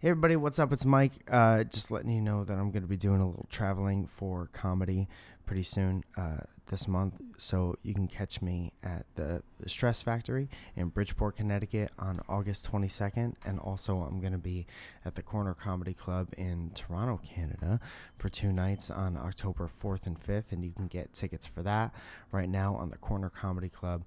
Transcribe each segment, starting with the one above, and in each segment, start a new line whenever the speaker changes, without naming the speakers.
Hey everybody, what's up? It's Mike. Uh, just letting you know that I'm going to be doing a little traveling for comedy pretty soon uh, this month. So you can catch me at the Stress Factory in Bridgeport, Connecticut on August 22nd. And also, I'm going to be at the Corner Comedy Club in Toronto, Canada for two nights on October 4th and 5th. And you can get tickets for that right now on the Corner Comedy Club.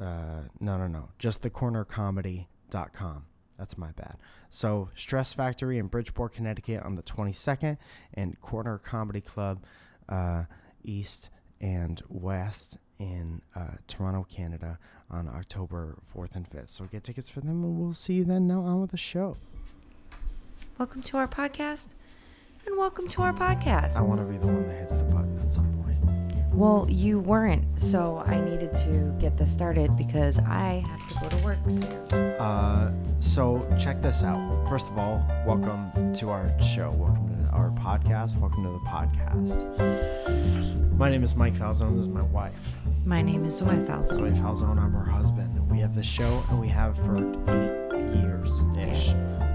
Uh, no, no, no, just thecornercomedy.com. That's my bad. So, Stress Factory in Bridgeport, Connecticut on the 22nd, and Corner Comedy Club uh, East and West in uh, Toronto, Canada on October 4th and 5th. So, get tickets for them, and we'll see you then. Now, on with the show.
Welcome to our podcast, and welcome to our podcast.
I want to be the one that hits the button at some point.
Well, you weren't, so I needed to get this started because I have to go to work soon.
Uh, so check this out. First of all, welcome to our show. Welcome to our podcast. Welcome to the podcast. My name is Mike Falzone. This is my wife,
My name is Zoe
Zoe
Falzon.
Falzone. I'm her husband. And we have this show, and we have for eight years ish.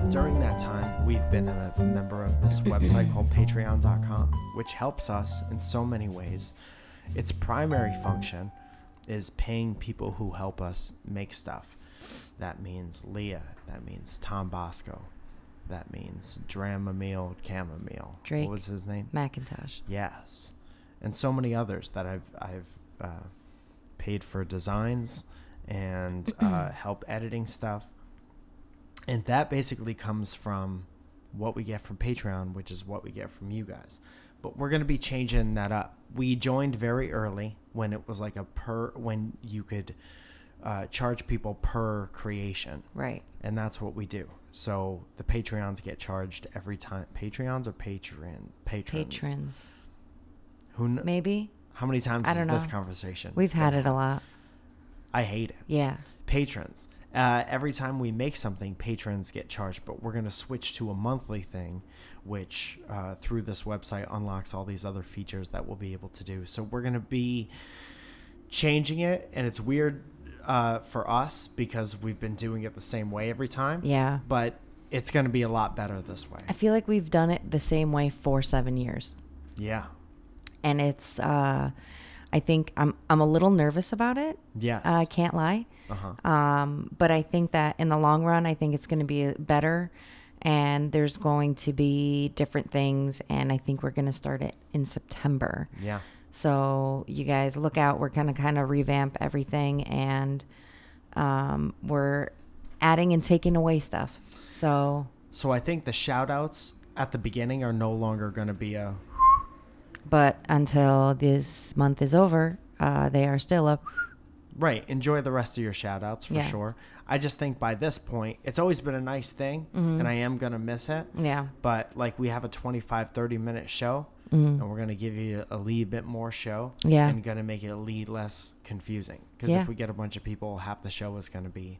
During that time, we've been a member of this website called Patreon.com, which helps us in so many ways. Its primary function is paying people who help us make stuff. That means Leah. That means Tom Bosco. That means Dramamil, Chamomile.
Drake.
What was his name?
Macintosh.
Yes, and so many others that I've I've uh, paid for designs and uh, help editing stuff, and that basically comes from what we get from Patreon, which is what we get from you guys. But we're gonna be changing that up. We joined very early when it was like a per when you could uh, charge people per creation
Right.
and that's what we do. So the Patreons get charged every time. Patreons or patron patrons.
Patrons.
Who? Kn-
Maybe.
How many times
I
is
don't
this
know.
conversation?
We've had
been
it a lot.
I hate it.
Yeah.
Patrons. Uh, every time we make something, patrons get charged, but we're going to switch to a monthly thing, which uh, through this website unlocks all these other features that we'll be able to do. So we're going to be changing it, and it's weird uh, for us because we've been doing it the same way every time.
Yeah.
But it's going to be a lot better this way.
I feel like we've done it the same way for seven years.
Yeah.
And it's, uh, I think I'm, I'm a little nervous about it.
Yes.
I Uh, can't lie.
Uh-huh.
Um, but I think that in the long run, I think it's going to be uh, better and there's going to be different things. And I think we're going to start it in September.
Yeah.
So you guys look out. We're going to kind of revamp everything and um, we're adding and taking away stuff. So,
So I think the shout outs at the beginning are no longer going to be a
but until this month is over, uh, they are still up.
right. Enjoy the rest of your shout outs for
Yeah.
sure. I just think by this point, it's always been a nice thing
Mm-hmm.
and I am going to miss it.
Yeah.
But like we have a 25, 30 minute show and we're going to give you a little bit more show
Mm-hmm. Yeah.
and going to make it a lead less confusing. Because
Yeah.
if we get a bunch of people, half the show is going to be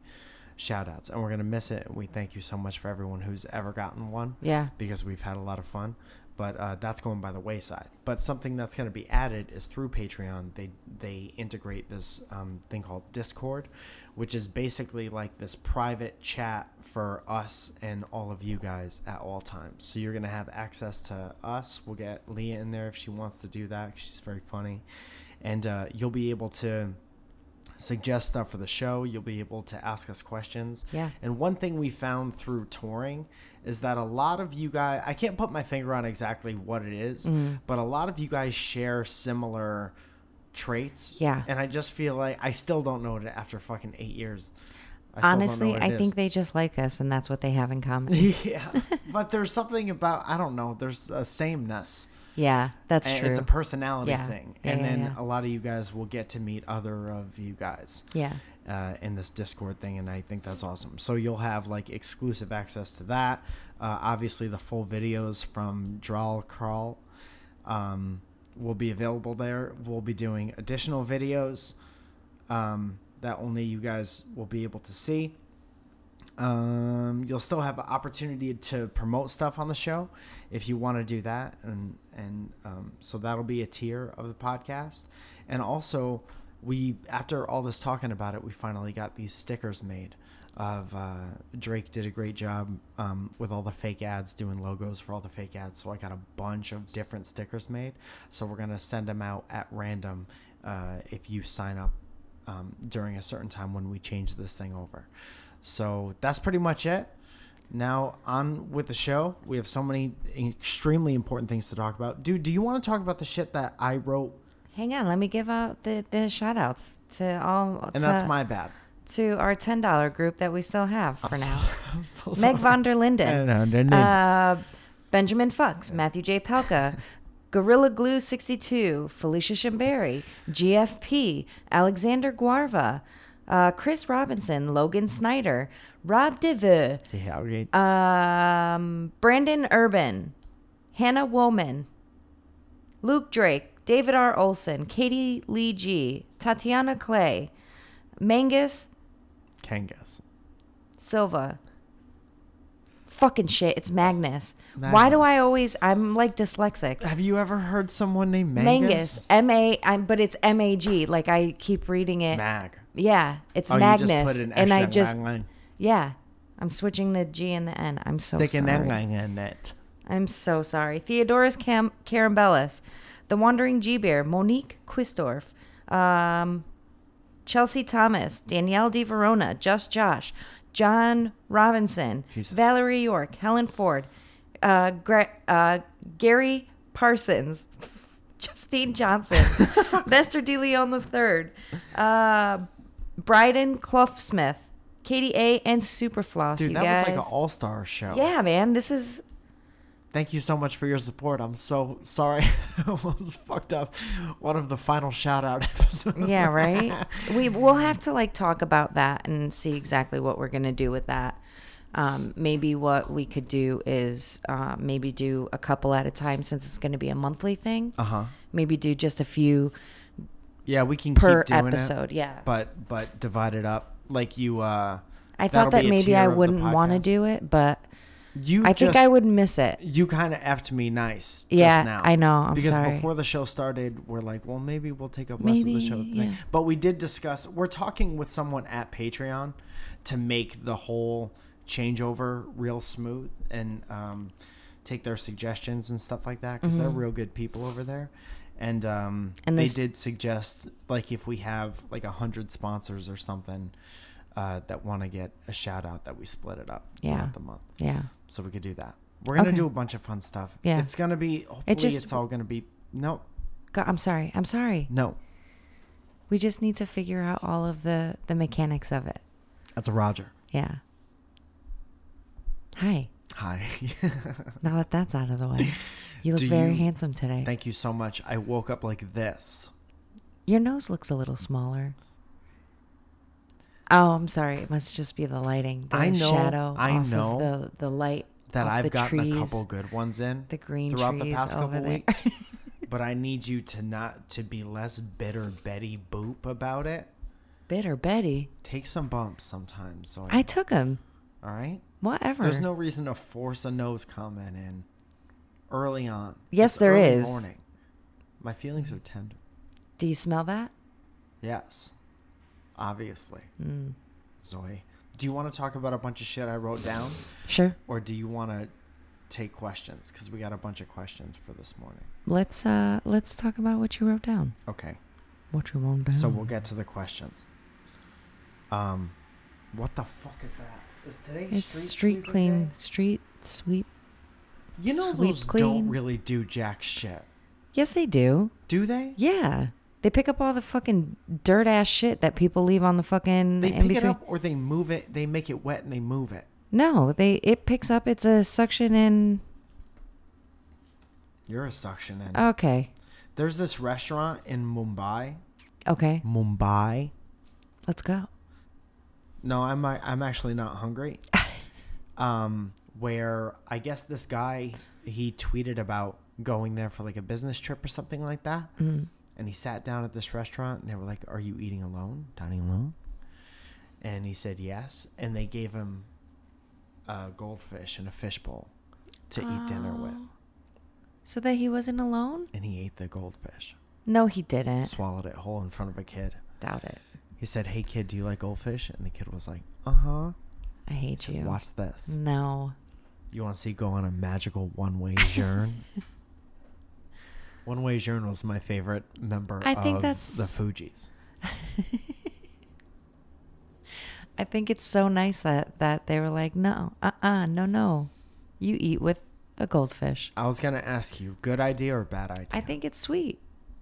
shout outs and we're going to miss it. And we thank you so much for everyone who's ever gotten one.
Yeah.
because we've had a lot of fun. But uh, that's going by the wayside. But something that's going to be added is through Patreon. They they integrate this um, thing called Discord, which is basically like this private chat for us and all of you guys at all times. So you're going to have access to us. We'll get Leah in there if she wants to do that. 'cause she's very funny, and uh, you'll be able to suggest stuff for the show. You'll be able to ask us questions.
Yeah.
And one thing we found through touring is that a lot of you guys, I can't put my finger on exactly what it is,
Mm.
but a lot of you guys share similar traits.
Yeah.
And I just feel like I still don't know it after fucking eight years. I still don't know
Honestly,
what
I
it is.
think they just like us and that's what they have in common.
yeah. but there's something about, I don't know, there's a sameness.
Yeah, that's
And
true.
It's a personality
Yeah.
thing.
Yeah,
and
yeah,
then
yeah.
a lot of you guys will get to meet other of you guys.
yeah.
uh, in this Discord thing, and I think that's awesome. So you'll have like exclusive access to that. Uh, obviously, the full videos from Drawl Crawl um, will be available there. We'll be doing additional videos um, that only you guys will be able to see. Um, you'll still have an opportunity to promote stuff on the show if you want to do that, and and um, so that'll be a tier of the podcast. And also, we after all this talking about it, we finally got these stickers made of uh, Drake did a great job um, with all the fake ads, doing logos for all the fake ads. So I got a bunch of different stickers made. So we're gonna send them out at random uh, if you sign up um, during a certain time when we change this thing over. So that's pretty much it. Now on with the show. We have so many extremely important things to talk about. Dude, do you want to talk about the shit that I wrote?
Hang on, let me give out the the shout outs to all
And
to,
that's my bad.
to our ten dollar group that we still have for now.
I'm so sorry.
Meg von der
I
Linden,
know, their name.
uh, Benjamin Fuchs, Matthew J. Palka, Gorilla Glue 62, Felicia Shimberry, GFP, Alexander Guarva, uh, Chris Robinson, Logan Snyder, Rob DeVue,
yeah, okay.
uh, um, Brandon Urban, Hannah Woman, Luke Drake, David R. Olson, Katie Lee G, Tatiana Clay, Mangus
Can guess.
Silva. Fucking shit, it's Magnus. Why do
Magnus.
I always? I'm like dyslexic.
Have you ever heard someone named
Mangus,
Mangus?
M A, I'm but it's M A G. Like I keep reading it.
Mag.
yeah, it's
Oh,
Magnus,
you just put an extra
and I just
lang- lang-
yeah, I'm switching the G and the N. I'm so
stick an
sorry.
lang- lang in it.
I'm so sorry. Theodorus Cam- Carambellis, The Wandering G Bear, Monique Quistorf, um, Chelsea Thomas, Danielle Di Verona, Just Josh, John Robinson,
Jesus.
Valerie York, Helen Ford, uh, Gra- uh, Gary Parsons, Justine Johnson, Lester De Leon III, uh, Bryden Cloughsmith, Katie A, and Superfloss.
Dude,
you
that
guys.
was like an all star show.
yeah, man, this is
Thank you so much for your support. I'm so sorry. I almost fucked up one of the final shout out episodes.
yeah right we will have to like talk about that and see exactly what we're gonna do with that um, maybe what we could do is uh, maybe do a couple at a time since it's gonna be a monthly thing
Uh huh.
maybe do just a few
Yeah, we can
per
keep doing
episode yeah
it, but but divide it up like you. uh
i
that'll
thought that
be a
maybe
tier
i
of the
wouldn't want to
podcast.
do it but
You.
i think
just-
i would miss it
You kind of effed me nice.
Yeah,
just now.
I know. I'm
because
sorry.
before the show started, we're like, well, maybe we'll take up less of the show
Maybe,
thing.
yeah.
But we did discuss. We're talking with someone at Patreon to make the whole changeover real smooth and um, take their suggestions and stuff like that because they're real good people over there. And um,
Mm-hmm. And
they
this-
did suggest like if we have like a hundred sponsors or something uh, that want to get a shout out, that we split it up
Yeah.
throughout the month
yeah
so we could do that. We're gonna
Okay.
do a bunch of fun stuff.
Yeah.
it's gonna be. Hopefully,
just-
it's all gonna be no,
Go- i'm sorry i'm sorry
no.
we just need to figure out all of the the mechanics of it
That's a Roger.
yeah hi
Hi.
Now that that's out of the way, you look
Do
very
you-
handsome today.
Thank you so much. I woke up like this.
Your nose looks a little smaller. Oh, I'm sorry. It must just be the lighting. The
I know-
shadow.
I
off
know
Of the, the light.
That
off
I've
the
gotten
trees,
a couple good ones in
The green
throughout
trees
the past
over
couple
there.
weeks, but I need you to not to be less bitter Betty Boop about it.
Bitter Betty.
Take some bumps sometimes. So
I took him.
all right.
Whatever.
Oh, There's no reason to force a nose comment in early on.
Yes,
It's
there
early
is.
Morning. My feelings are tender.
Do you smell that?
Yes. Obviously.
Hmm.
Zoe. Do you want to talk about a bunch of shit I wrote down?
Sure.
Or do you want to take questions? Because we got a bunch of questions for this morning.
Let's uh let's talk about what you wrote down.
Okay.
What you wrote down.
So we'll get to the questions. Um, what the fuck is that? Is today
It's street,
sweeping
clean,
day?
street sweep.
You know
sweep
those
clean.
don't really do jack shit,
Yes, they do.
do they?
Yeah. They pick up all the fucking dirt ass shit that people leave on the fucking
They
in
pick
between.
it up or they move it. They make it wet and they move it.
No, they it picks up it's a suction and
You're a suction in.
okay.
There's this restaurant in Mumbai.
Okay.
Mumbai.
Let's go.
No, I'm I- I'm actually not hungry. um, where I guess this guy he tweeted about going there for like a business trip or something like that,
Mm.
and he sat down at this restaurant and they were like, "Are you eating alone? Dining alone?" And he said yes, and they gave him a goldfish and a fishbowl to eat dinner with,
Oh. So that he wasn't alone?
and he ate the goldfish,
No, he didn't.
swallowed it whole in front of a kid.
Doubt it.
He said, "Hey kid, do you like goldfish?" And the kid was like, "Uh huh."
I hate you.
Watch this.
No.
You want to see go on a magical one way journey? one way journey was my favorite member
I
of
think that's-
the Fugees.
I think it's so nice that that they were like, no, uh, uh no, no, you eat with a goldfish.
I was gonna ask you, good idea or bad idea?
I think it's sweet.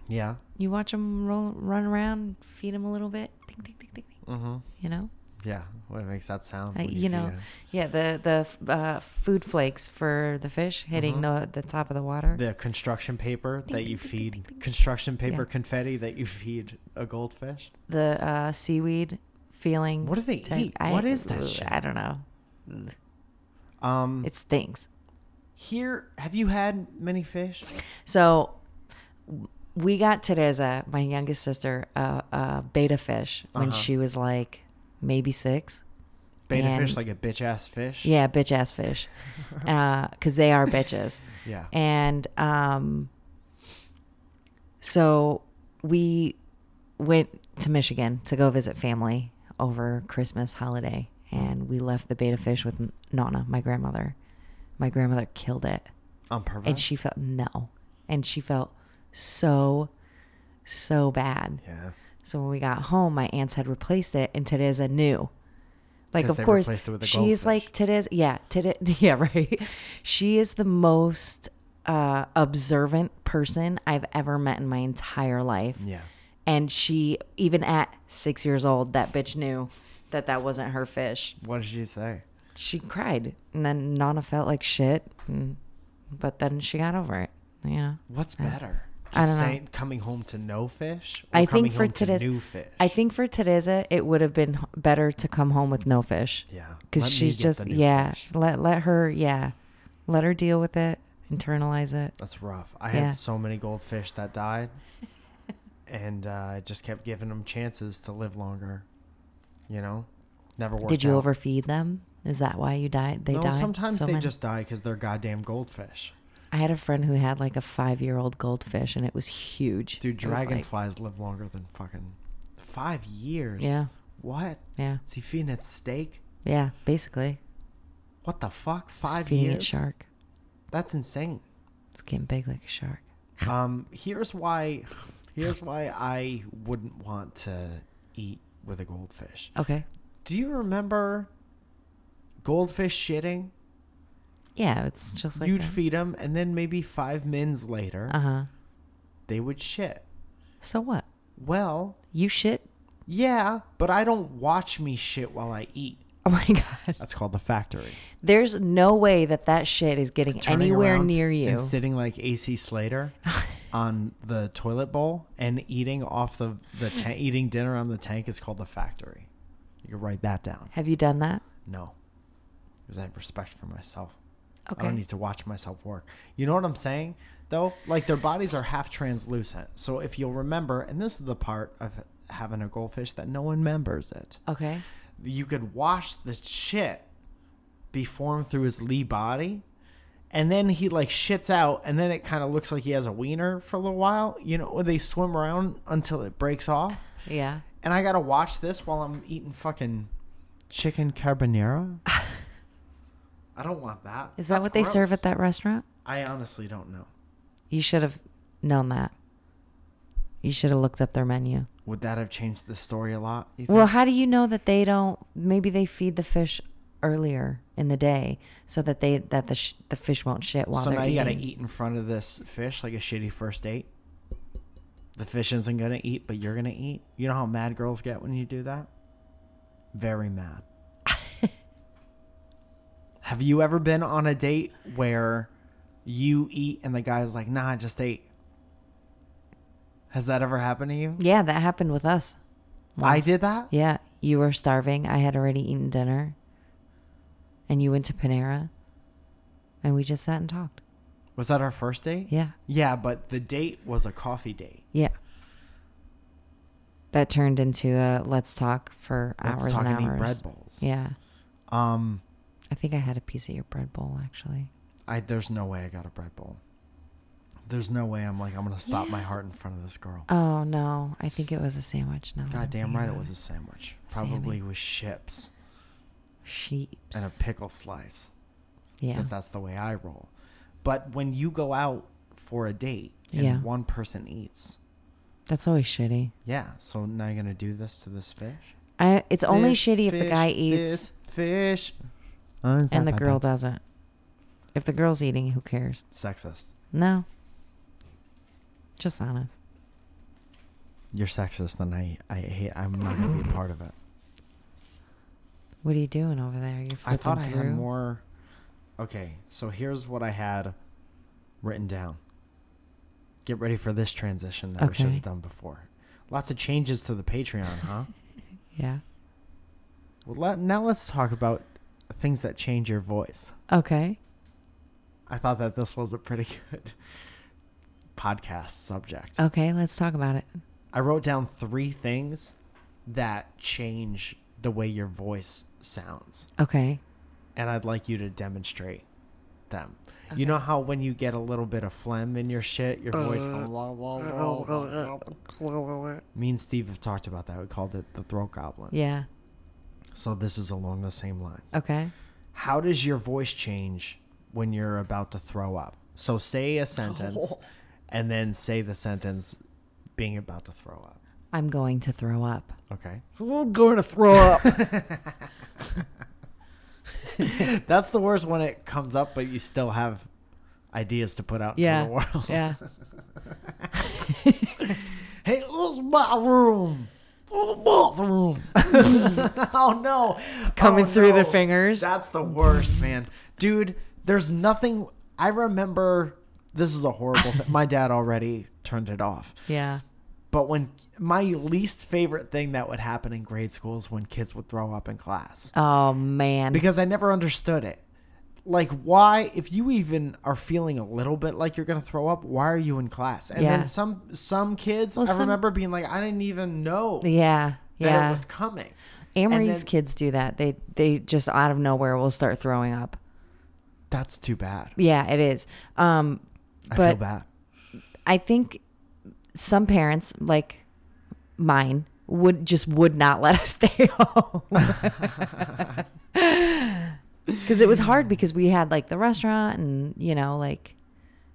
Yeah.
You watch them roll, run around, feed them a little bit. Ding, ding, ding, ding, ding.
Mm-hmm.
You know,
Yeah. What makes that sound?
I,
when
you
feed
know,
it?
yeah. The the f- uh, food flakes for the fish hitting
Mhm.
the the top of the water.
The construction paper
Ding,
that
ding,
you
ding,
feed,
ding, ding, ding.
construction paper
Yeah.
confetti that you feed a goldfish.
the uh, seaweed feeling.
What do they
type-
eat? What is that shit? Mm.
I don't know.
Um,
It stinks.
here, have you had many fish?
So w- we got Teresa, my youngest sister, a, a beta fish when
Uh-huh.
she was like maybe six.
Beta fish,
And-
like a bitch ass fish.
Yeah, bitch ass fish, because they are bitches.
Yeah.
And um, so we went to Michigan to go visit family over Christmas holiday, and we left the beta fish with N- Nana, my grandmother. My grandmother killed it.
on purpose.
and she felt no and she felt so so bad
Yeah.
so when we got home my aunts had replaced it and teresa knew like
'Cause
of
they
course
replaced it with a
she's like teresa yeah teresa yeah right she is the most uh observant person i've ever met in my entire life
Yeah.
and she even at six years old that bitch knew that that wasn't her fish
What did she say?
she cried and then nana felt like shit and, but then she got over it you know
What's
Yeah.
better?
Uh, I
Just
don't know.
saying coming home to no fish. Or
I
coming
think for
home to
today's,
new fish.
I think for Teresa, it would have been h- better to come home with no fish.
Yeah.
because
Let me
she's
get the
just
new
yeah.
fish.
Let let her yeah, let her deal with it, internalize it.
That's rough. I
Yeah.
had so many goldfish that died, and uh, I just kept giving them chances to live longer. You know, never worked.
Did you
out.
overfeed them? Is that why you died? They
no,
died.
sometimes
so
they
many-
just die because they're goddamn goldfish.
I had a friend who had like a five-year-old goldfish, and it was huge.
Dude,
It was, like-
dragonflies live longer than fucking five years.
yeah,
What?
yeah,
Is he feeding it steak?
yeah. Basically,
What the fuck?
Just
Five
feeding it
years?
shark.
That's insane.
It's getting big like a shark.
Um, here's why. Here's why I wouldn't want to eat with a goldfish.
Okay.
Do you remember goldfish shitting?
Yeah, it's just like
You'd 'em, feed them, and then maybe five mins later,
Uh huh.
they would shit.
So what?
Well,
You shit?
yeah, but I don't watch me shit while I eat.
Oh my god.
That's called the factory.
There's no way that that shit is getting
Turning
anywhere
around
near you.
and sitting like AC Slater on the toilet bowl and eating off the the ta- eating dinner on the tank is called the factory. You can write that down.
Have you done that?
No, because I have respect for myself. I
Okay.
don't need to watch myself work. You know what I'm saying? Though, like their bodies are half translucent. So if you'll remember, and this is the part of having a goldfish that no one remembers it,
Okay.
you could wash the shit be formed through his lee body, and then he like shits out, and then it kind of looks like he has a wiener for a little while. You know, or they swim around until it breaks off,
Yeah.
and I gotta watch this while I'm eating fucking chicken carbonara. I don't want that.
Is that
That's
what they serve
gross.
at that restaurant?
I honestly don't know.
You should have known that. You should have looked up their menu.
Would that have changed the story a lot? You
Well,
think?
how do you know that they don't? Maybe they feed the fish earlier in the day so that they that the sh- the fish won't shit while
so
they're
now
eating.
you gotta eat in front of this fish like a shitty first date. The fish isn't gonna eat, but you're gonna eat. You know how mad girls get when you do that? Very mad. have you ever been on a date where you eat and the guy's like, "Nah, I just ate." Has that ever happened to you?
Yeah, that happened with us.
I
once.
did that.
Yeah, you were starving. I had already eaten dinner, and you went to Panera, and we just sat and talked.
Was that our first date?
Yeah.
Yeah, but the date was a coffee date.
Yeah. That turned into a let's talk for
Let's
hours
talk
and
and
hours.
eat bread bowls.
Yeah.
Um,
I think I had a piece of your bread bowl actually.
I there's no way I got a bread bowl. There's no way I'm like I'm gonna stop my
Yeah.
heart in front of this girl.
Oh no, I think it was a sandwich now. that I'm
God damn
thinking
right, it
about
was a sandwich.
Sammy.
Probably with chips.
sheeps.
and a pickle slice
yeah.
because that's the way I roll. But when you go out for a date and
Yeah.
one person eats,
That's always shitty.
yeah, so now you're gonna do this to this fish.
I it's only
Fish,
shitty if the
fish,
guy eats
this fish, Oh, it's
and the
not that
girl
bad.
doesn't. If the girl's eating, who cares?
Sexist.
No. Just honest.
You're sexist, and I, I hate. I'm not gonna be a part of it.
What are you doing over there? You're
I thought I
flipping
had
through?
more. Okay, so here's what I had written down. Get ready for this transition that we should
Okay.
have done before. Lots of changes to the Patreon, huh?
Yeah.
well, let, now let's talk about things that change your voice.
Okay.
I thought that this was a pretty good podcast subject.
Okay, let's talk about it.
I wrote down three things that change the way your voice sounds.
Okay.
and I'd like you to demonstrate them. You know how when you get a little bit of phlegm in your shit, your voice.
Uh, oh,
Me and Steve have talked about that. We called it the throat goblin.
Yeah.
So this is along the same lines.
Okay.
How does your voice change when you're about to throw up? So say a sentence, and then say the sentence being about to throw up.
I'm going to throw up.
Okay.
I'm going to throw up.
That's the worst when it comes up, but you still have ideas to put out
yeah.
into the world.
Yeah.
Hey, who's bathroom? Who's bathroom? oh no!
Coming
Oh,
through the
no.
fingers.
That's the worst, man. Dude, there's nothing. I remember. This is a horrible thing. My dad already turned it off.
Yeah.
But when my least favorite thing that would happen in grade school is when kids would throw up in class
Oh man.
because I never understood it. Like, why, if you even are feeling a little bit like you're gonna throw up, why are you in class? And
Yeah.
then some some kids,
Well,
I
some-
remember being like, I didn't even know
yeah.
that
Yeah.
it was coming. and
Amory's
then-
kids do that. They they just out of nowhere will start throwing up.
That's too bad.
Yeah, it is. Um,
I feel
but
bad.
I think some parents, like mine, would just would not let us stay home because it was hard because we had like the restaurant and you know like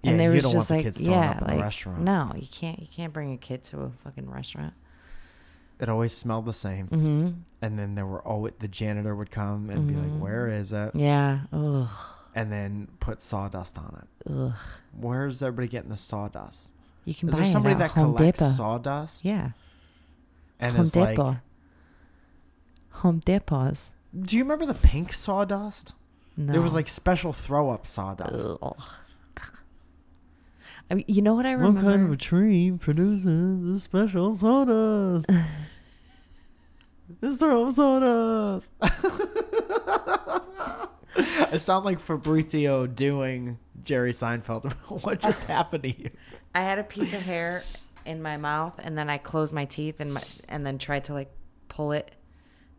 and
Yeah,
there
you
was
don't want
just
the
like
kids throwing
yeah
up in the
like
restaurant.
no you can't you can't bring a kid to a fucking restaurant
It always smelled the same.
mm-hmm.
And then there were always the janitor would come and be like, "Where is it?"
Mm-hmm. yeah Ugh.
And then put sawdust on it.
Ugh.
Where's everybody getting the sawdust?
you can
Is
buy
there somebody
it at
that
Home
collects
Depot.
sawdust?
yeah
And
Home
it's
Depot
like,
Home Depot's
do you remember the pink sawdust?
no
There was like special throw up sawdust.
Ugh. I mean, you know what I remember?
tree produces this special sawdust? this throw up sawdust. I sound like Fabrizio doing Jerry Seinfeld. what just happened to you?
I had a piece of hair in my mouth, and then I closed my teeth and my, and then tried to like pull it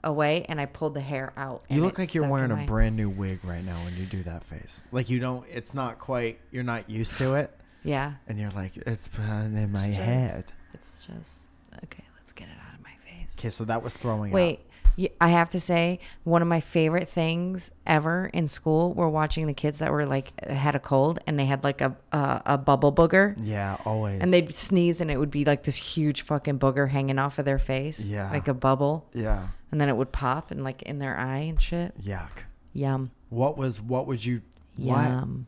away, and I pulled the hair out.
You
and
look
it
like you're
stuck
wearing a
in my-
brand new wig right now when you do that face. Like you don't. It's not quite. You're not used to it,
Yeah,
and you're like, it's in my
Just a-
head.
it's just okay. Let's get it out of my face.
Okay, so that was throwing. up.
Wait, you, I have to say one of my favorite things ever in school were watching the kids that were like had a cold and they had like a a, a bubble booger.
Yeah, always.
And they'd sneeze, and it would be like this huge fucking booger hanging off of their face,
Yeah.
like a bubble,
Yeah.
and then it would pop and like in their eye and shit.
Yuck.
Yum,
What was what would you what
yum.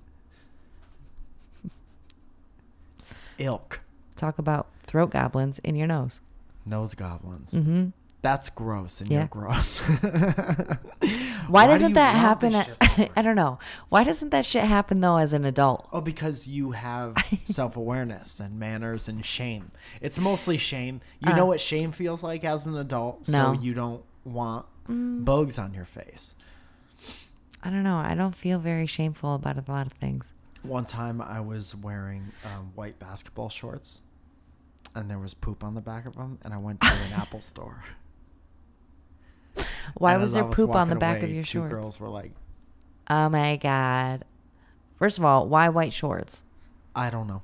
ilk
Talk about throat goblins in your nose.
nose goblins?
hmm
That's gross, and
Yeah.
you're gross.
Why,
Why do
doesn't
you
that
love
happen?
this
As,
shit so much?
I don't know. Why doesn't that shit happen though as an adult?
oh, because you have self awareness and manners and shame. It's mostly shame. You
Uh.
know what shame feels like as an adult, so
No. Mm.
you don't want bugs on your face.
I don't know. I don't feel very shameful about a lot of things.
One time, I was wearing um, white basketball shorts, and there was poop on the back of them, and I went to an Apple store.
Why
And
was
as
there
I
poop on
walking
the back of
away,
your
two
shorts?
Girls were like,
Oh my god! First of all, why white shorts?
I don't know.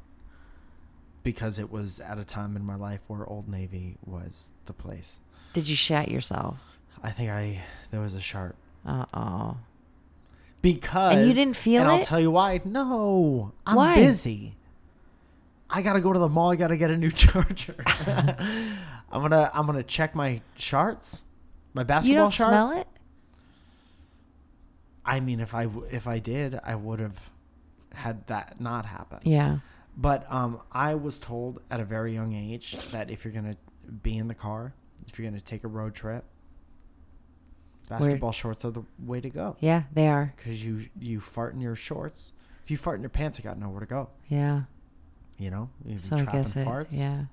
Because it was at a time in my life where Old Navy was the place.
Did you shat yourself?
I think I there was a sharp
Uh oh.
because
didn't feel
and I'll
it?
tell you why. No, I'm
Why?
busy. I gotta go to the mall. I gotta get a new charger. I'm gonna I'm gonna check my charts, my
You
basketball
don't
charts.
smell it?
I mean, if I w- if I did, I would have had that not happen.
Yeah.
But um, I was told at a very young age that if you're gonna be in the car, if you're gonna take a road trip, basketball shorts are the way to go.
Yeah, they are.
Because you you fart in your shorts. If you fart in your pants, I got nowhere to go.
Yeah.
You know, you
So I guess it. Yeah.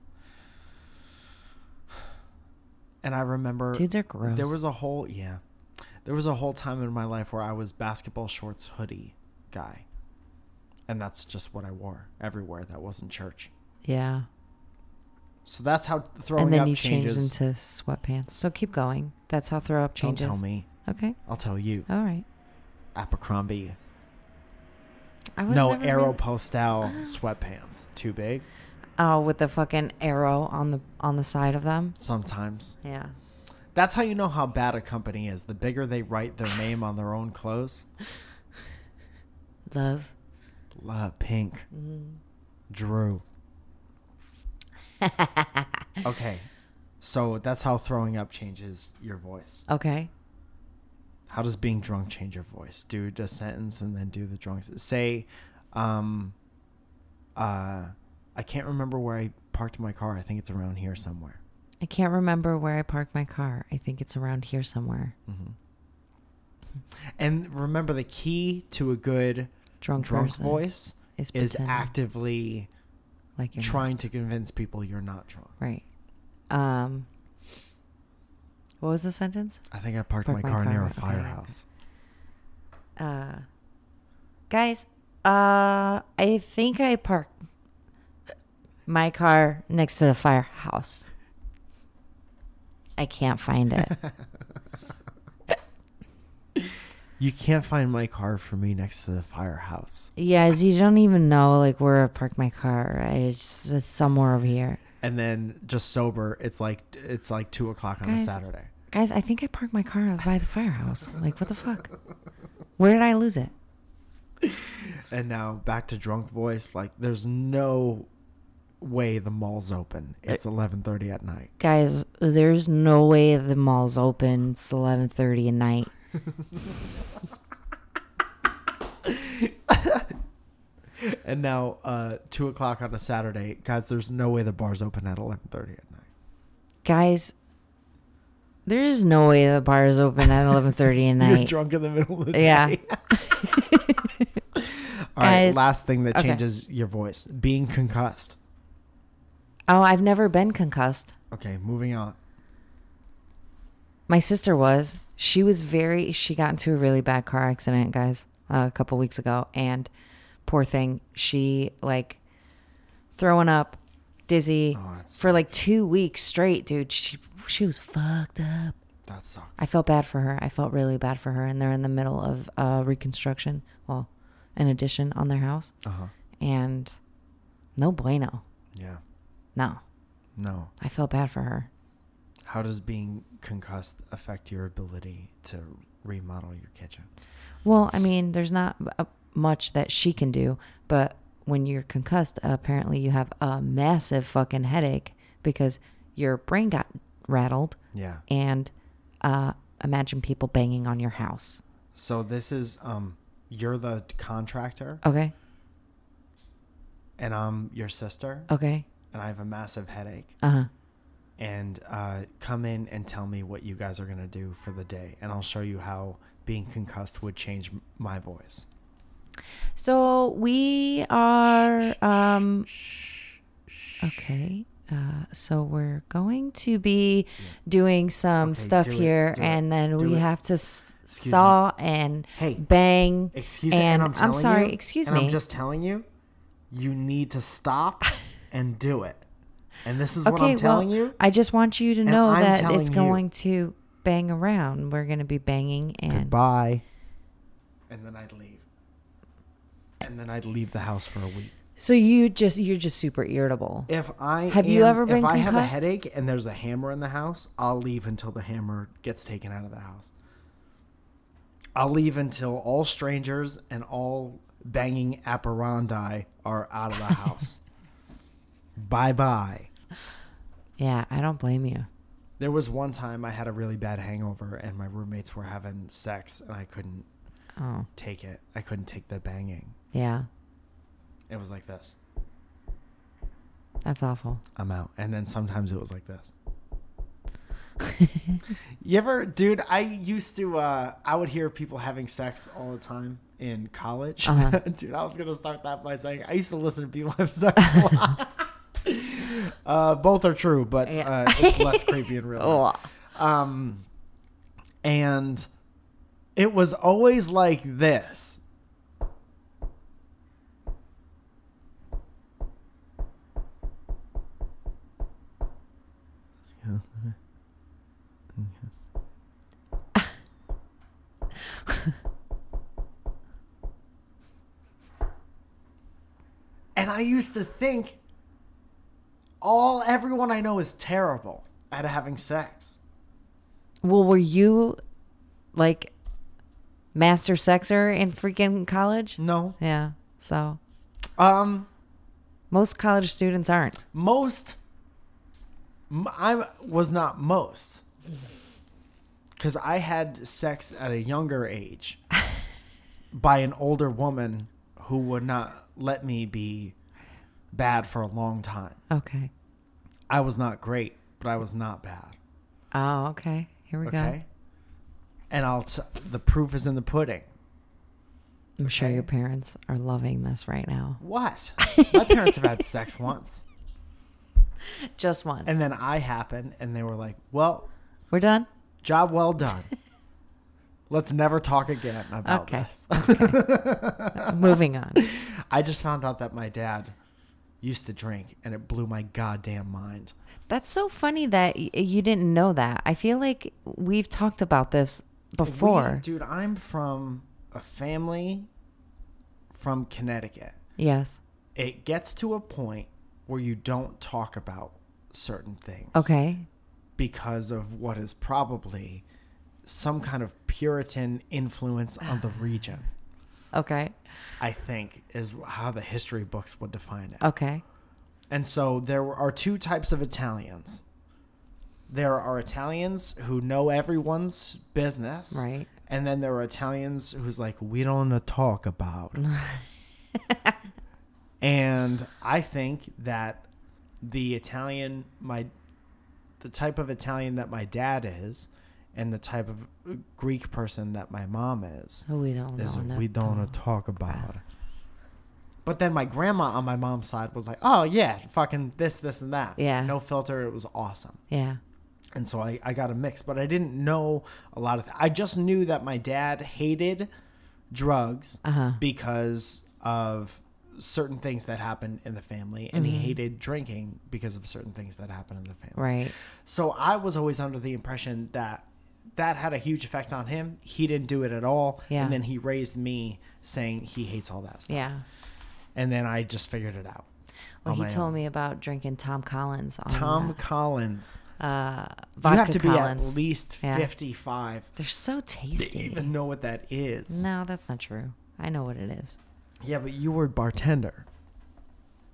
And I remember
Dudes are gross.
there was a whole yeah, there was a whole time in my life where I was basketball shorts hoodie guy, and that's just what I wore everywhere. That wasn't church.
Yeah.
So that's how throwing
And then
up
you
changes.
changed into sweatpants. So keep going. That's how throw up
Don't
changes. Oh.
tell me.
Okay.
I'll tell you.
All right.
Abercrombie.
I was
No
never
arrow
really-
postal sweatpants. Too big.
Oh, with the fucking arrow on the on the side of them.
Sometimes.
Yeah.
That's how you know how bad a company is. The bigger they write their name on their own clothes.
Love.
La Pink. Drew. Okay. So that's how throwing up changes your voice.
okay.
How does being drunk change your voice? Do the sentence and then do the drunk. s- Say, um, uh, I can't remember where I parked my car. I think it's around here somewhere.
I can't remember where I parked my car. I think it's around here somewhere.
Mm-hmm. And remember, the key to a good
Drunk,
drunk
person
voice is
is, pretending
actively
like you're not.
trying to convince people you're not drunk.
Right. Um. What was the sentence?
I think I parked
Park
my, car, near a firehouse.
Uh, guys, uh, I think I parked my car next to the firehouse. I can't find it.
You can't find my car for me next to the firehouse.
yeah, as you don't even know like where I parked my car. I- It's, it's somewhere over here.
And then just sober, it's like it's like two o'clock on a
Guys.
Saturday.
Guys, I think I parked my car by the firehouse. Like, what the fuck? Where did I lose it?
And now back to drunk voice. Like there's no way the mall's open. It's eleven thirty at night.
Guys, there's no way the mall's open. It's 11:30 at night.
And now uh, two o'clock on a Saturday, guys. There's no way the bar's open at eleven thirty at night.
guys there's no way the bar is open at 11.30 at
You're
night
drunk in the middle of the
Yeah.
day. All right.
Guys.
Last thing that
Okay.
changes your voice: being concussed.
oh i've never been concussed
Okay, moving on.
my sister was she was very she got into a really bad car accident guys uh, a couple weeks ago and poor thing she like throwing up dizzy
Oh, that's
for like two weeks straight dude she she was fucked up
That sucks.
I felt bad for her. I felt really bad for her. And they're in the middle of uh, reconstruction, well, an addition on their house.
Uh huh.
And no bueno.
Yeah.
No,
No.
I felt bad for her.
How does being concussed affect your ability to remodel your kitchen?
Well, I mean, there's not uh, much that she can do, but when you're concussed, apparently you have a massive fucking headache because your brain got rattled.
Yeah.
And uh, imagine people banging on your house.
So this is um, you're the contractor,
Okay.
and I'm your sister,
Okay.
and I have a massive headache.
Uh huh.
And uh, come in and tell me what you guys are gonna do for the day, and I'll show you how being concussed would change m- my voice.
So we are um okay. Uh, so we're going to be doing some
Okay,
stuff
do it,
here,
do it,
and
do
then we
it.
have to s-
Excuse me.
saw and
Hey.
bang.
Excuse me,
and
and I'm, telling you-
sorry. Excuse
and
me.
I'm just telling you, you need to stop and do it. And this is what
okay.
I'm telling
well,
you.
I just want you to know
I'm
that
telling
it's
you.
going to bang around. We're going to be banging and
Goodbye. And then I'd leave. And then I'd leave the house for a week.
so you just you're just super irritable.
If I
Have you
am-
ever been
if I have a
concussed?
headache and there's a hammer in the house, I'll leave until the hammer gets taken out of the house. I'll leave until all strangers and all banging apparandi are out of the house. bye bye.
Yeah, I don't blame you.
There was one time I had a really bad hangover and my roommates were having sex and I couldn't
Oh,
take it. I couldn't take the banging.
yeah.
It was like this.
That's awful.
I'm out. And then sometimes it was like this. You ever, dude? I used to. Uh, I would hear people having sex all the time in college.
Uh-huh.
dude, I was gonna start that by saying I used to listen to people have sex a lot. uh, both are true, but
Yeah.
uh, it's less creepy in real life.
Ugh.
Um, and it was always like this. And I used to think all everyone I know is terrible at having sex.
Well, were you like master sexer in freaking college?
No.
Yeah. So
Um
most college students aren't.
most m- I was not most cuz I had sex at a younger age by an older woman who would not let me be bad for a long time.
Okay.
I was not great, but I was not bad.
Oh, okay. Here we
Okay? And I'll t- the proof is in the pudding.
go. I'm sure your
Okay.
parents are loving this right now.
What? My parents have had sex once.
Just once.
And then I happened, and they were like, well,
We're done?
job well done. Let's never talk again about
Okay.
this.
Moving on.
I just found out that my dad used to drink, and it blew my goddamn mind.
That's so funny that y- you didn't know that. I feel like we've talked about this
We-
before.
dude, I'm from a family from Connecticut.
Yes.
It gets to a point where you don't talk about certain things.
Okay.
because of what is probably some kind of Puritan influence on the region,
Okay.
I think, is how the history books would define it.
Okay.
And so there are two types of Italians. There are Italians who know everyone's business.
Right.
And then there are Italians who's like, we don't wanna talk about. and I think that the Italian, my, the type of Italian that my dad is, and the type of Greek person that my mom is,
Oh, we don't
is
know.
we
nothing.
don't wanna talk about. But then my grandma on my mom's side was like, oh yeah, fucking this, this, and that.
Yeah.
No filter. It was awesome
Yeah.
and so I, I got a mix but i didn't know a lot of th- i just knew that my dad hated drugs
Uh-huh.
because of certain things that happened in the family and he hated drinking because of certain things that happened in the family
Mm-hmm. Right.
so i was always under the impression that that had a huge effect on him he didn't do it at all
Yeah.
and then he raised me saying he hates all that stuff
Yeah.
and then i just figured it out
Well,
on
he
Oh my
told
own.
me about drinking Tom Collins on
tom
uh,
collins
uh, vodka
you have to be
Collins.
at least
Yeah.
55
They're so
They
tasty.
even know what that is.
No, that's not true. I know what it is.
Yeah, but you were bartender.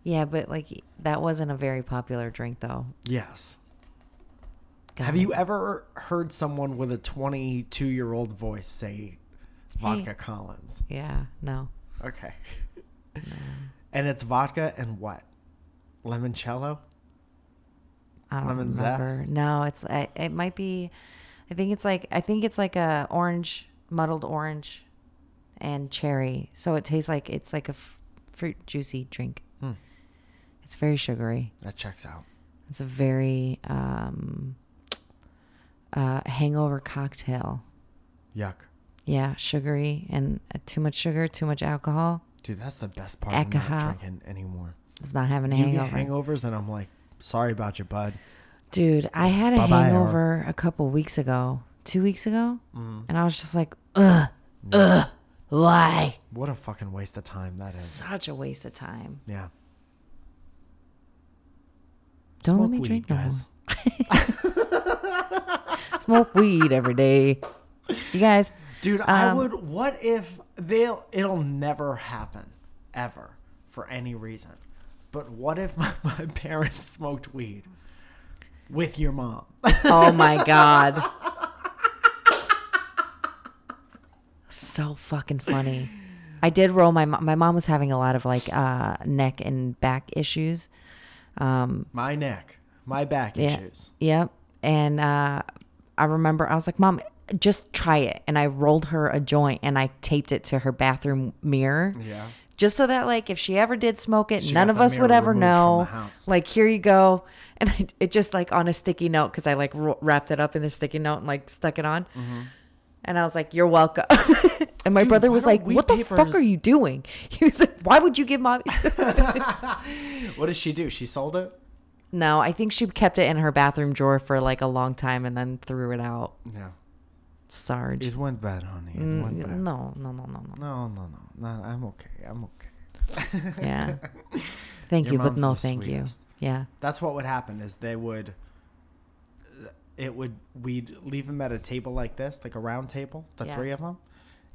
Yeah, but like that wasn't a very popular drink though.
Yes.
Got
Have
it.
you ever heard someone with a 22 year old voice say vodka
Hey.
Collins?
Yeah. No.
Okay. and it's vodka and what? Limoncello?
I don't
Lemon
remember.
zest?
No, it's I, it might be. I think it's like I think it's like a orange muddled orange, and cherry. So it tastes like it's like a f- fruit juicy drink.
Hmm.
It's very sugary.
That checks out.
It's a very um, uh, hangover cocktail.
Yuck.
Yeah, sugary and uh, too much sugar, too much alcohol.
Dude, that's the best part of not
Alcohol.
drinking anymore.
It's not having a
You
hangover.
get hangovers, and I'm like, sorry about you, bud.
Dude, I had a
Bye-bye, Howard.
hangover a couple weeks ago, two weeks ago,
Mm-hmm.
and I was just like, ugh, ugh, why?
What a fucking waste of time that is.
Such a waste of time.
Yeah.
Don't
Smoke
let me
weed,
drink no more.
guys.
Smoke weed every day. You guys,
Dude, I
Um,
would. What if they'll? It'll never happen, ever, for any reason. But what if my, my parents smoked weed with your mom?
Oh my god. so fucking funny. I did roll my mom. My mom was having a lot of like uh, neck and back issues. Um,
my neck, my back
yeah,
issues.
Yep. And uh, I remember I was like, Mom, just try it. And I rolled her a joint and I taped it to her bathroom mirror.
Yeah.
Just so that, like, if she ever did smoke it,
She
none
got
of
the
us would
mirror
ever
removed from the
know.
house.
Like, here you go. And I, it just, like, on a sticky note, because I, like, ro- wrapped it up in the sticky note and, like, stuck it on. And I was like, "You're welcome." and
Mm-hmm.
my
Dude,
brother
why
was
don't
like,
we
"What the fuck are
papers-
you doing?" He was like, "Why would you give mommy?"
What does she do? She sold it.
no, I think she kept it in her bathroom drawer for like a long time and then threw it out.
No.
Sarge.
It went bad, honey. It
Mm,
went
no,
bad.
no, no, no, no.
No, no, no, no. I'm okay. I'm okay.
Yeah. Thank
Your
you, but
mom's
no,
the
thank
sweetest.
you. Yeah.
That's what would happen is they would it would we'd leave them at a table like this, like a round table, the
Yeah.
three of them,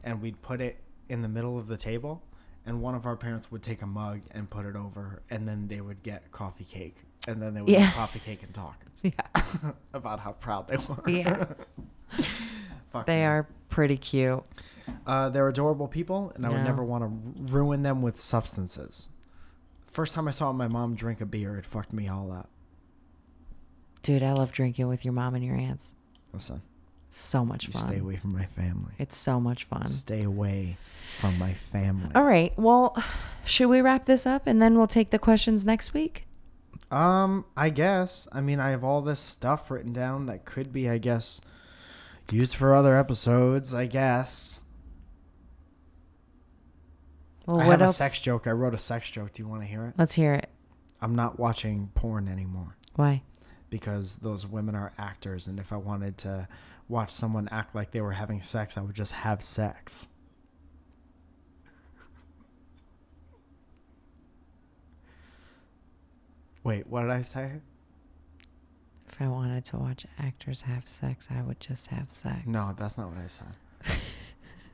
and we'd put it in the middle of the table and one of our parents would take a mug and put it over and then they would get coffee cake and then they would
Yeah.
eat coffee cake and talk
Yeah.
about how proud they were.
Yeah.
Fuck
They
man.
are pretty cute.
Uh, they're adorable people, and I would
Yeah.
never want to ruin them with substances. First time I saw my mom drink a beer, it fucked me all up.
Dude, I love drinking with your mom and your aunts.
Listen,
So much
you
fun.
stay away from my family.
It's so much fun.
Stay away from my family.
All right. Well, should we wrap this up and then we'll take the questions next week?
Um, I guess. I mean, I have all this stuff written down that could be, I guess, used for other episodes. I guess.
Well,
I
what
have
else?
a sex joke. I wrote a sex joke. Do you want to hear it?
Let's hear it.
I'm not watching porn anymore.
Why?
because those women are actors and if I wanted to watch someone act like they were having sex, I would just have sex. Wait, what did I say?
If I wanted to watch actors have sex, I would just have sex.
No, that's not what I said.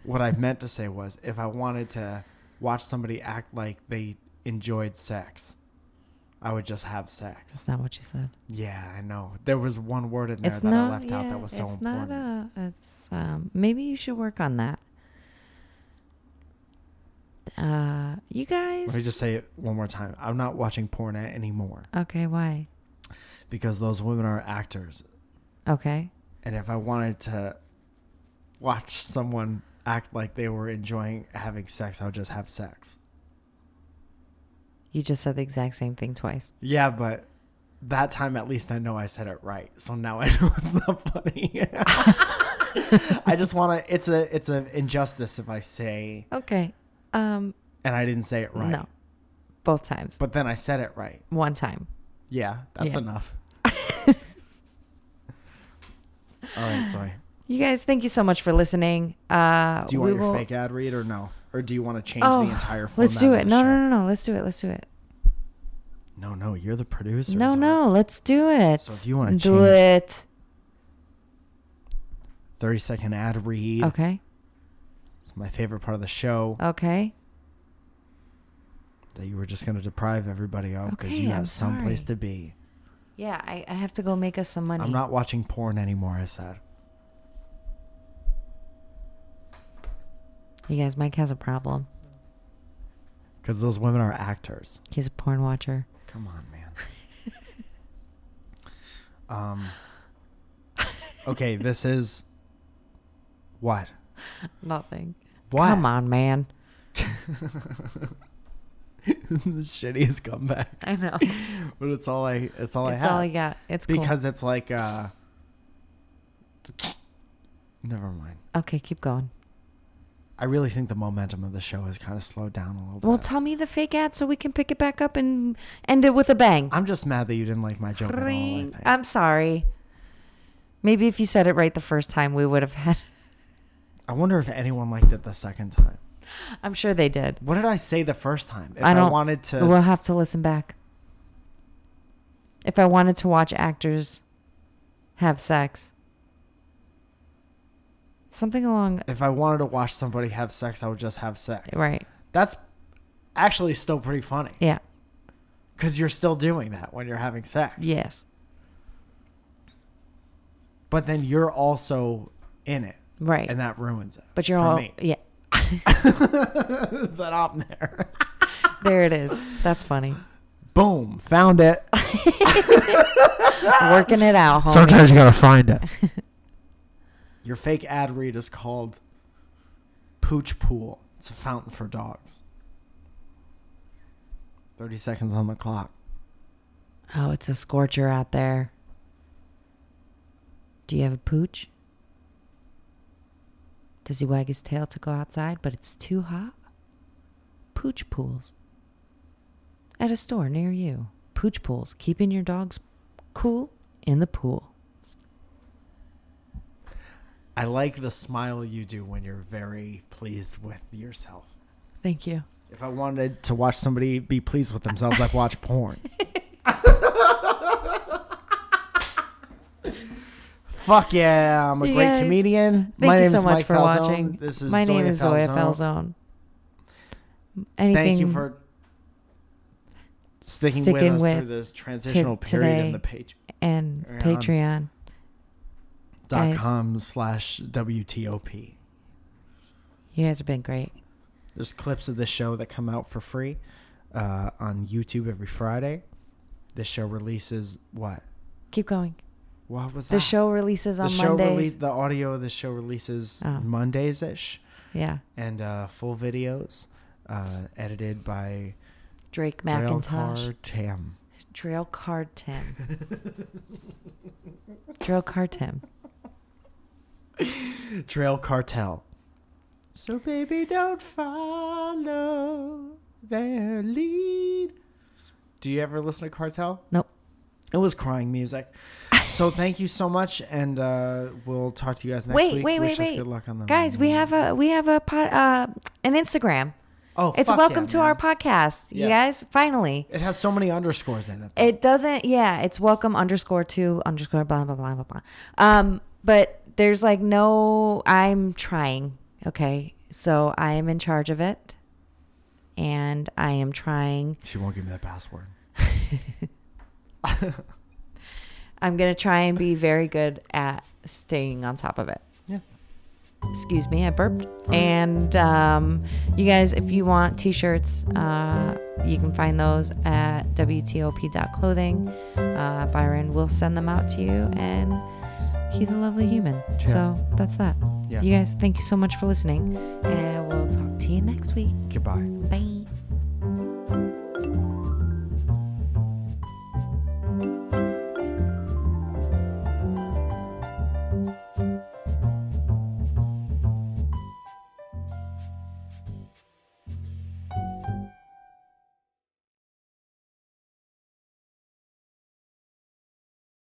what I meant to say was if I wanted to watch somebody act like they enjoyed sex, I would just have sex.
That's not what you said.
Yeah, I know. There was one word in there
it's
that I
not
left out
yeah,
that was so
it's
important.
Not a, it's um, maybe you should work on that. Uh, you guys.
Let me just say it one more time. I'm not watching porn a- anymore
Okay, why?
because those women are actors.
Okay,
And if I wanted to watch someone act like they were enjoying having sex, I would just have sex.
you just said the exact same thing twice.
Yeah, but that time at least I know I said it right. So now I know it's not funny. I just want to it's a it's an injustice if I say
Okay, um,
and I didn't say it right.
no, both times,
But then I said it right.
one time.
Yeah, that's
Yeah.
enough. All right, sorry.
You guys, thank you so much for listening. Uh,
Do you
we
want your
will-
fake ad read or no? Or do you want to change
Oh,
the entire format?
Let's do
of
it.
the
No,
show?
no, no, no. Let's do it. Let's do it.
no, no. You're the producer.
no,
so-
no. Let's do it.
So if you wanna
do
change-
it,
Thirty second ad read.
okay, Oh.
It's my favorite part of the show
okay.
that you were just going to deprive everybody of because
Okay,
you
I'm
have someplace
sorry.
to be.
Yeah, I, I have to go make us some money.
I'm not watching porn anymore. I said.
You guys, Mike has a problem.
Because those women are actors.
He's a porn watcher.
Come on, man. um. Okay, this is. What?
Nothing.
What?
Come on, man.
the shittiest comeback.
I know.
But it's all I. It's all
it's
I have.
all I got. It's cool.
because it's like uh never mind
Okay, keep going.
i really think the momentum of the show has kind of slowed down a little
Well,
bit
tell me the fake ad so we can pick it back up and end it with a bang.
i'm just mad that you didn't like my joke at all, I
Ring.
think.
I'm sorry. Maybe if you said it right the first time, we would have had.
i wonder if anyone liked it the second time
I'm sure they did.
what did i say the first time if
I don't.
wanted to
We'll have to listen back. If I wanted to watch actors have sex, Something along
If I wanted to watch somebody have sex, I would just have sex.
right.
That's actually still pretty funny
Yeah.
because you're still doing that when you're having sex.
Yes.
But then you're also in it.
Right.
And that ruins it.
but you're
for
all
me.
yeah.
Is that up there?
There it is. That's funny.
Boom. Found it.
Working it out, homie.
you gotta find it. Your fake ad read is called Pooch Pool. It's a fountain for dogs. 30 seconds on the clock.
Oh, it's a scorcher out there. Do you have a pooch? Does he wag his tail to go outside, but it's too hot? Pooch pools. At a store near you. Pooch pools, keeping your dogs cool in the pool.
I like the smile you do when you're very pleased with yourself.
Thank you.
If I wanted to watch somebody be pleased with themselves, I'd watch porn. Fuck yeah, I'm a
You
great
guys,
comedian.
Thank
My
you
name
so
is
much
Mike
for
Falzone.
watching.
This is
My
Zoya
name is Zoya
Falzone.
Falzone. Anything
Thank you for sticking, with
sticking
us through
with
this transitional period
today.
in the page.
and
Right on.
Patreon.
dot
Guys.
com slash WTOP.
You guys have been great.
There's clips of the show that come out for free uh, on YouTube every Friday. This show releases what?
Keep going.
What was that?
The show releases
The
on
show
Mondays.
release the audio of the show releases
Oh.
Mondays ish
yeah.
and uh, full videos uh, edited by
Drake
Drail
McIntosh.
Carr Tam.
Drill Card Tim. Drill Card Tim.
Trail Cartel. So baby, don't follow their lead. Do you ever listen to Cartel?
Nope.
It was crying music. So thank you so much, and uh, we'll talk to you guys next
wait,
week.
wait,
Wish
wait,
us
wait.
Good luck on the
Guys, we have a we have a pod, uh, an Instagram.
Oh,
It's
fuck
welcome
yeah,
to
man.
our podcast.
Yeah.
You guys, finally.
It has so many underscores in it. though.
It doesn't. Yeah, it's welcome underscore to underscore blah blah blah blah blah. Um, but there's like no. I'm trying. Okay, so I am in charge of it, and I am trying.
She won't give me that password.
I'm gonna try and be very good at staying on top of it.
Yeah.
Excuse me, I burped. And um, you guys, if you want t-shirts, uh, you can find those at wtop.clothing. Uh, Byron will send them out to you, and he's a lovely human. So that's that.
Yeah.
You guys, thank you so much for listening, and we'll talk to you next week.
Goodbye.
Bye.